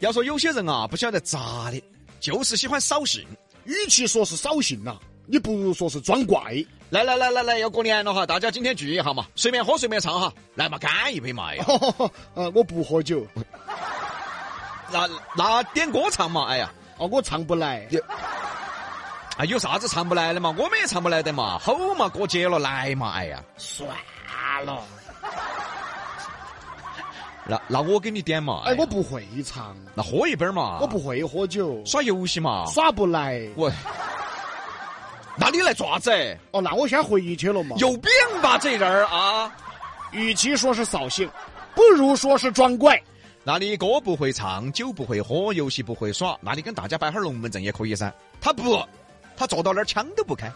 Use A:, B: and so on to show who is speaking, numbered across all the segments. A: 要说有些人啊，不晓得咋的，就是喜欢扫兴。
B: 与其说是扫兴呐，你不如说是装怪。
A: 来来来来来，要过年了哈，大家今天聚一下嘛，随便喝随便唱哈，来嘛，干一杯嘛！哎呀，
B: 呃，我不喝酒，
A: 那那点歌唱嘛！哎呀，
B: 哦，我唱不来。
A: 啊，有啥子唱不来的嘛？我们也唱不来的嘛，吼嘛，过节了来嘛！哎呀，
B: 算了，
A: 那那我给你点嘛！
B: 哎，
A: 呀
B: 我不会唱，
A: 那喝一杯嘛！
B: 我不会喝酒，
A: 耍游戏嘛！
B: 耍不来。
A: 我，那你来爪子？
B: 哦，那我先回去了嘛。
A: 有病吧这人儿啊！
B: 与其说是扫兴，不如说是装怪。
A: 那你歌不会唱，酒不会喝，游戏不会耍，那你跟大家摆哈儿龙门阵也可以噻。他不，他坐到那儿枪都不开，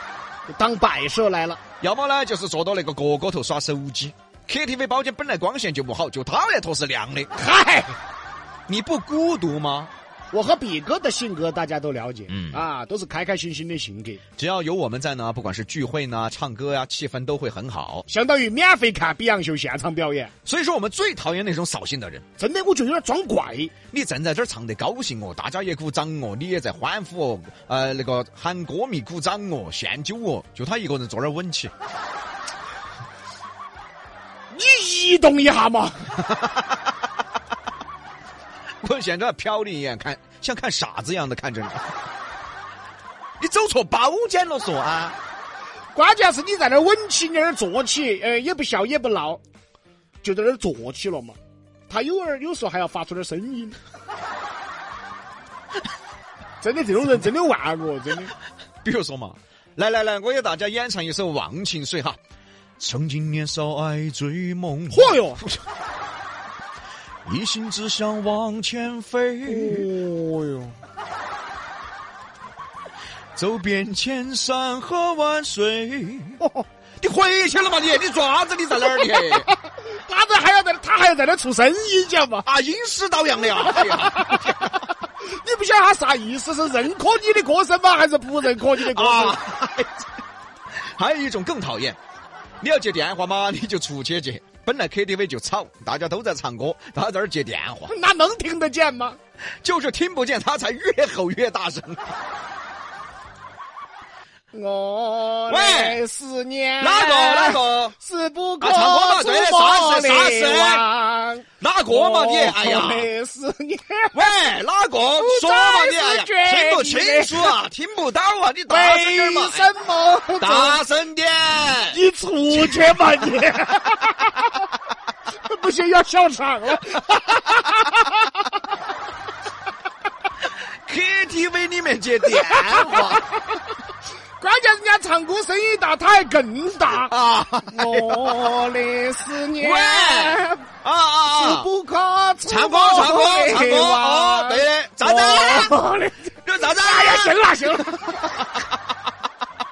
B: 当摆设来了，
A: 要么呢就是坐到那个角角头耍手机。KTV 包间本来光线就不好，就他那坨是亮的，
B: 嗨，
A: 你不孤独吗？
B: 我和比哥的性格大家都了解，
A: 嗯
B: 啊，都是开开心心的性格，
A: 只要有我们在呢，不管是聚会呢、唱歌呀、气氛都会很好。
B: 相当于免费看比洋秀现场表演。
A: 所以说，我们最讨厌那种扫兴的人。
B: 真的，我觉得有点装怪。
A: 你正在这儿唱得高兴哦，大家也鼓掌哦，你也在欢呼哦，呃，那个喊歌迷鼓掌哦，献酒哦，就他一个人坐那儿稳起。
B: 你移动一下嘛，
A: 我现在瞟你一眼，看像看傻子一样的看着你。你走错包间了，说啊！
B: 关键是你在那儿稳起，你在那儿坐起，呃，也不笑也不闹，就在那儿坐起了嘛。他有儿有时候还要发出点声音。 真的，这种人真的万恶，真的。
A: 比如说嘛，来来来，我给大家演唱一首《忘情水》哈。曾经年少爱追梦，
B: 嚯哟！
A: 一心只想往前飞，
B: 哦哟，
A: 走遍千山和万水。
B: 哦
A: 你回去了嘛？你你做啥子？你在哪儿？你
B: 他这还要在，他还要在那儿出声音，晓得嘛？
A: 啊，阴湿倒阳的呀！哎呀
B: 你不晓得他啥意思？是认可你的歌声吗？还是不认可你的歌声？
A: 啊， 还有一种更讨厌，你要接电话嘛，你 就出去接。本来 KTV 就吵，大家都在唱歌，他在这儿接电话，
B: 那能听得见吗？
A: 就是听不见，他才越吼越大声。
B: 我
A: 喂
B: 来思念
A: 哪个哪个
B: 是不可
A: 啊长光吧
B: 触
A: 对啥
B: 摸
A: 事
B: 的
A: 啥事
B: 网。
A: 哪个嘛你？
B: 哦
A: 哎呀，
B: 我思念
A: 喂，哪个说嘛你？哎呀，听不清楚啊，听不到啊，你大声点嘛哎
B: 为，什么走？
A: 大声点。
B: 你出去吧你！ 不行，要笑场了。
A: KTV 里面接电话
B: 关键人家唱歌声音大，他还更 大。
A: 啊
B: 我的思念
A: 喂啊啊！
B: 是
A: 啊！
B: 不可触
A: 唱歌
B: 摸
A: 唱歌
B: 的
A: 唱歌哦，
B: 网
A: 对的，站着。
B: 我的
A: 这啥子？
B: 哎呀，行了行了，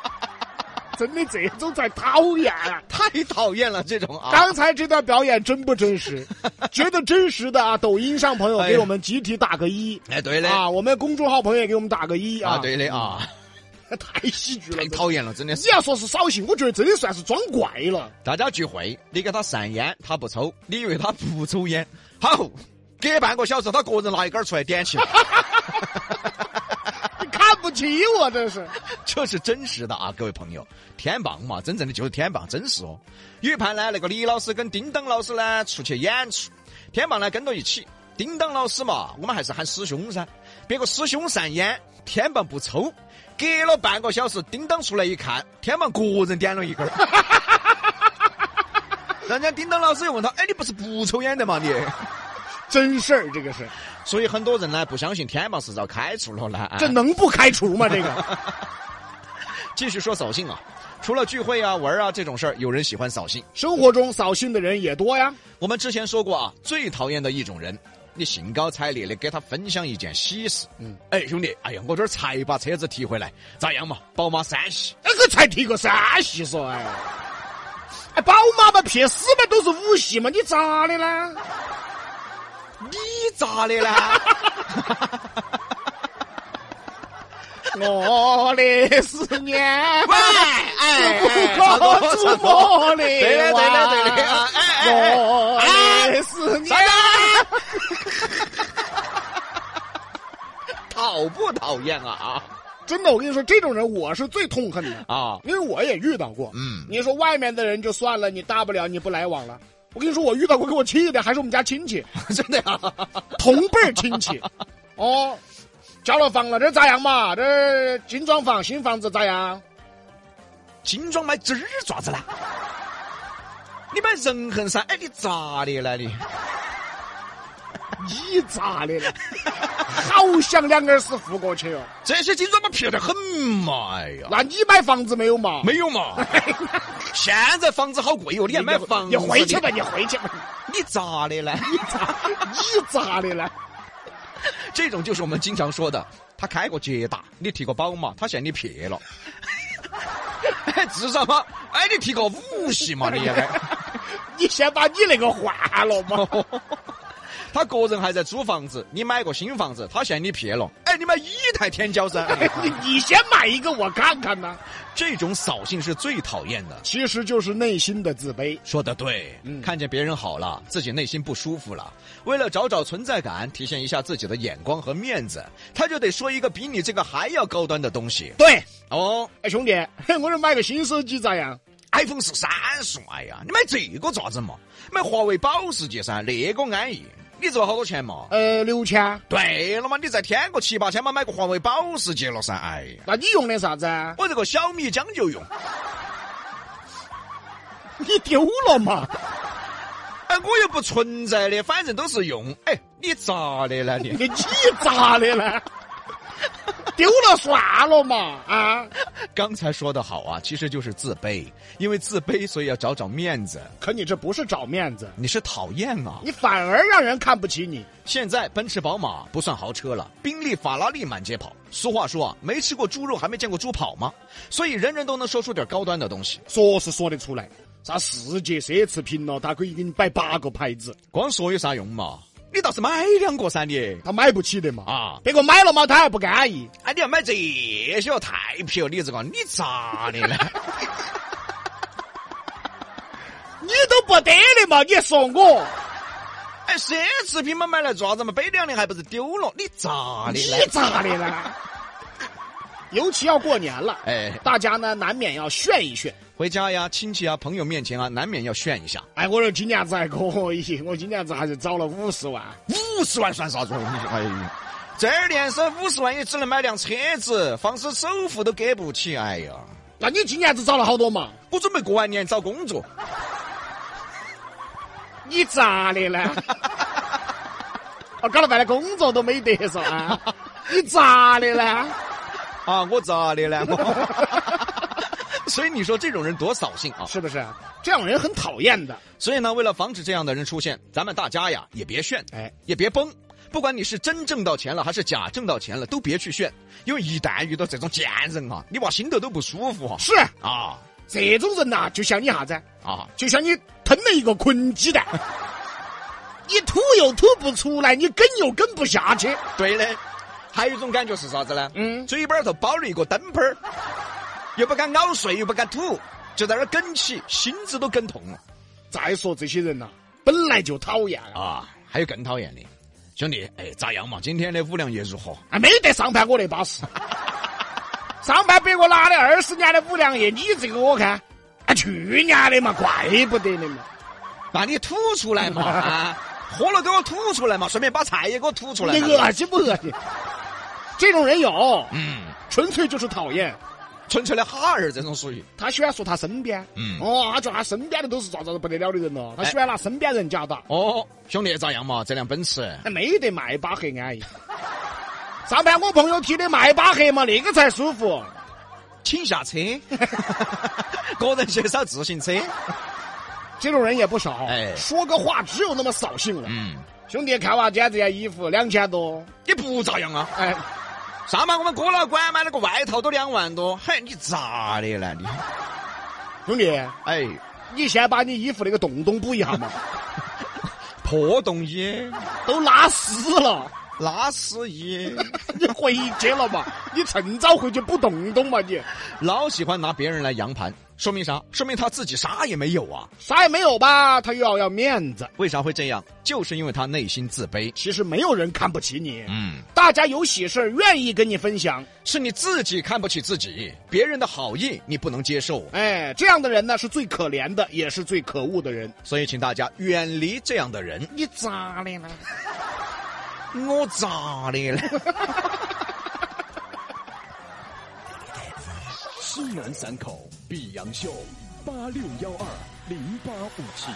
B: 真的这种才讨厌啊！
A: 太讨厌了这种啊！
B: 刚才这段表演真不 真实？觉得真实的啊，抖音上朋友
A: 哎
B: 给
A: 呀
B: 我们集体打个一。
A: 哎，对嘞，
B: 啊，我们公众号朋友也给我们打个一啊！
A: 啊，嗯对嘞啊，
B: 太戏剧了
A: 太。讨厌了，真的
B: 你
A: 是。
B: 要说是扫兴，我觉得真的算是装怪 了。
A: 大家聚会，你给他散烟，他不抽；你以为他不抽烟，好，隔半个小时他个人拿一根儿出来点起来，
B: 你看不起我，这是。
A: 这是真实的啊，各位朋友，天棒嘛，真正的就是天棒，真实哦。有一盘呢，那个李老师跟叮当老师呢出去演出，天棒呢跟到一起。叮当老师嘛，我们还是喊师兄噻。别个师兄散烟，天棒不抽。隔了半个小时，叮当出来一看，天棒个人点了一根儿。 人家叮当老师又问他：“哎，你不是不抽烟的嘛？你
B: 真事儿，这个是，？”
A: 所以很多人呢不相信天棒是遭开除了啊呢。
B: 这能不开除吗？这 个
A: 继续说扫兴啊，除了聚会啊、玩儿啊这种事儿，有人喜欢扫兴。
B: 生活中扫兴的人也多呀。
A: 我们之前说过啊，最讨厌的一种人，你兴高采烈的给他分享一件喜事。嗯，哎，兄弟，哎呀，我这儿才把车子提回来，咋样嘛？宝马三系，
B: 那个哎才提个三系说哎，哎，宝马嘛，撇死嘛，都是五系嘛，你咋的呢？
A: 你咋的呢？
B: 我的思念，
A: 喂， 哎，
B: 不可触摸的
A: 对的，对的，对的啊！哎哎哎，
B: 我的思念
A: 啥。子？讨不讨厌啊
B: 真的，我跟你说，这种人我是最痛恨的，
A: 啊啊！
B: 因为我也遇到过。
A: 嗯，
B: 你说外面的人就算了，你大不了你不来往了。我跟你说，我遇到过给我气的，还是我们家亲戚，
A: 真的啊呀、
B: 同辈儿亲戚。哦，交了房了，这咋样嘛？这精装房新房子咋样？
A: 精装买鸡儿爪子呢？你买人衡噻？哎，你咋的了你？
B: 你咋的了？好想两耳屎糊过去哦。
A: 这些精装嘛，撇得很嘛！哎呀，
B: 那你买房子没有嘛？
A: 没有 嘛。现在房子好贵哦，你还买房子？
B: 你回去吧，你回去吧。
A: 你，你咋的呢？
B: 你咋？你咋的了？
A: 这种就是我们经常说的，他开过捷达，你提个宝马，他嫌你撇了。哎，至少嘛，哎，你提个五系嘛，你也该。
B: 你先把你那个换了嘛。
A: 他个人还在租房子，你买个新房子，他嫌你撇了。哎，你买一台天骄 噻。哎
B: 你你先买一个我看看呢。
A: 这种扫兴是最讨厌的。
B: 其实就是内心的自卑。
A: 说的对，看见别人好了，自己内心不舒服了，为了找找存在感，体现一下自己的眼光和面子，他就得说一个比你这个还要高端的东西。
B: 对，
A: 哦
B: 哎兄弟， 嘿我这买个新手机咋样？
A: ，iPhone 十三说，哎呀，你买这个做啥子嘛？买华为保时捷噻，那、个安逸。你知道好多钱嘛？
B: 呃，六千。
A: 对了嘛，你再添个七八千嘛，买个华为保时捷了噻。哎呀，
B: 那你用的啥子啊？
A: 我这个小米将就用，
B: 你丢了嘛？
A: 哎，我又不存在的，反正都是用。哎，你咋的了你？
B: 你你咋的了？ 丢了算了嘛啊！
A: 刚才说的好啊，其实就是自卑，因为自卑，所以要找找面子。
B: 可你这不是找面子，
A: 你是讨厌啊！
B: 你反而让人看不起你。
A: 现在奔驰、宝马不算豪车了，宾利、法拉利满街跑。俗话说啊，没吃过猪肉还没见过猪跑吗？所以人人都能说出点高端的东西。
B: 说是说得出来，啥世界奢侈品咯，他可以给你摆八个牌子，
A: 光说有啥用嘛？你倒是买两个噻你！
B: 他买不起的嘛。
A: 啊，
B: 别个买了嘛，他还不安逸。
A: 哎，你要买这些哦太撇了，你这个你咋的呢？
B: 你都不得的嘛，你还说我，
A: 哎，奢侈品嘛买来做啥子嘛？背两年还不是丢了？你咋
B: 你
A: 的呢？
B: 咋的了？尤其要过年了，
A: 哎
B: 大家呢难免要炫一炫。
A: 回家呀、亲戚啊、朋友面前啊，难免要炫一下。
B: 哎，我说今年子还可以，我今年子还是找了五十万。
A: 五十万算啥子？我跟你说，哎呀，这儿年收五十万也只能买辆车子，房子首付都给不起。哎呀，
B: 那你今年子找了好多嘛？
A: 我准备过完年找工作，
B: 你咋的呢？我搞了半天工作都没得嗦啊！你咋的呢？
A: 啊，我咋的 呢？我所以你说这种人多扫兴啊！
B: 是不是？这样人很讨厌的。
A: 所以呢，为了防止这样的人出现，咱们大家呀也别炫，
B: 哎，
A: 也别崩。不管你是真挣到钱了，还是假挣到钱了，都别去炫，因为一旦遇到这种贱人啊，你娃心头都不舒服啊！
B: 是
A: 啊
B: 这种人呐、就像你啥子？
A: 啊！
B: 就像你吞了一个捆鸡蛋，你吐又吐不出来，你跟又跟不下去。
A: 对的，还有一种感觉是啥子呢？
B: 嗯
A: 嘴巴儿头包了一个灯泡儿，又不敢咬碎，又不敢吐，就在那儿梗起，心子都梗痛了
B: 再说这些人呐、本来就讨厌啊，
A: 啊！还有更讨厌的，兄弟，哎，咋样嘛？今天的五粮液如何？
B: 还哎没得上盘我那巴适。上盘别个拿的二十年的五粮液，你这个我看，啊，去年的嘛，怪不得的嘛。
A: 那你吐出来嘛！啊， 喝了给我吐出来嘛，顺便把菜也给我吐出来
B: 你
A: 嘛。
B: 恶心不恶心？这种人有，
A: 嗯，
B: 纯粹就是讨厌。
A: 纯粹的哈儿这种属于，
B: 他喜欢说他身边，
A: 嗯
B: 哦，他觉得他身边的都是咋咋不得了的人了，他喜欢拿身边人假打，
A: 哦，兄弟咋样嘛？这辆奔驰，
B: 还没得迈巴赫安逸。上盘我朋友提的迈巴赫嘛，那个才舒服。
A: 请下 车，个人介绍自行车。
B: 这种人也不少，
A: 哎
B: 说个话只有那么扫兴了。
A: 嗯，
B: 兄弟，看哇，今天这件衣服两千多，
A: 你不咋样啊？
B: 哎，
A: 上嘛，我们哥老倌买了个外套都两万多，嘿，你咋的了你？
B: 兄弟，
A: 哎，
B: 你先把你衣服那个洞洞补一 下嘛，
A: 破洞衣、
B: 都拉丝了，
A: 拉丝衣，
B: 你回去了嘛，你趁早回去补洞洞嘛你。
A: 老喜欢拿别人来扬盘。说明啥？说明他自己啥也没有啊！
B: 啥也没有吧？他又要要面子。
A: 为啥会这样？就是因为他内心自卑。
B: 其实没有人看不起你，
A: 嗯，
B: 大家有喜事儿愿意跟你分享。
A: 是你自己看不起自己，别人的好意你不能接受，
B: 哎，这样的人呢是最可怜的，也是最可恶的人。
A: 所以请大家远离这样的人。
B: 你咋的呢？
A: 我咋的了？
C: 西南散口碧阳秀八六幺二零八五七。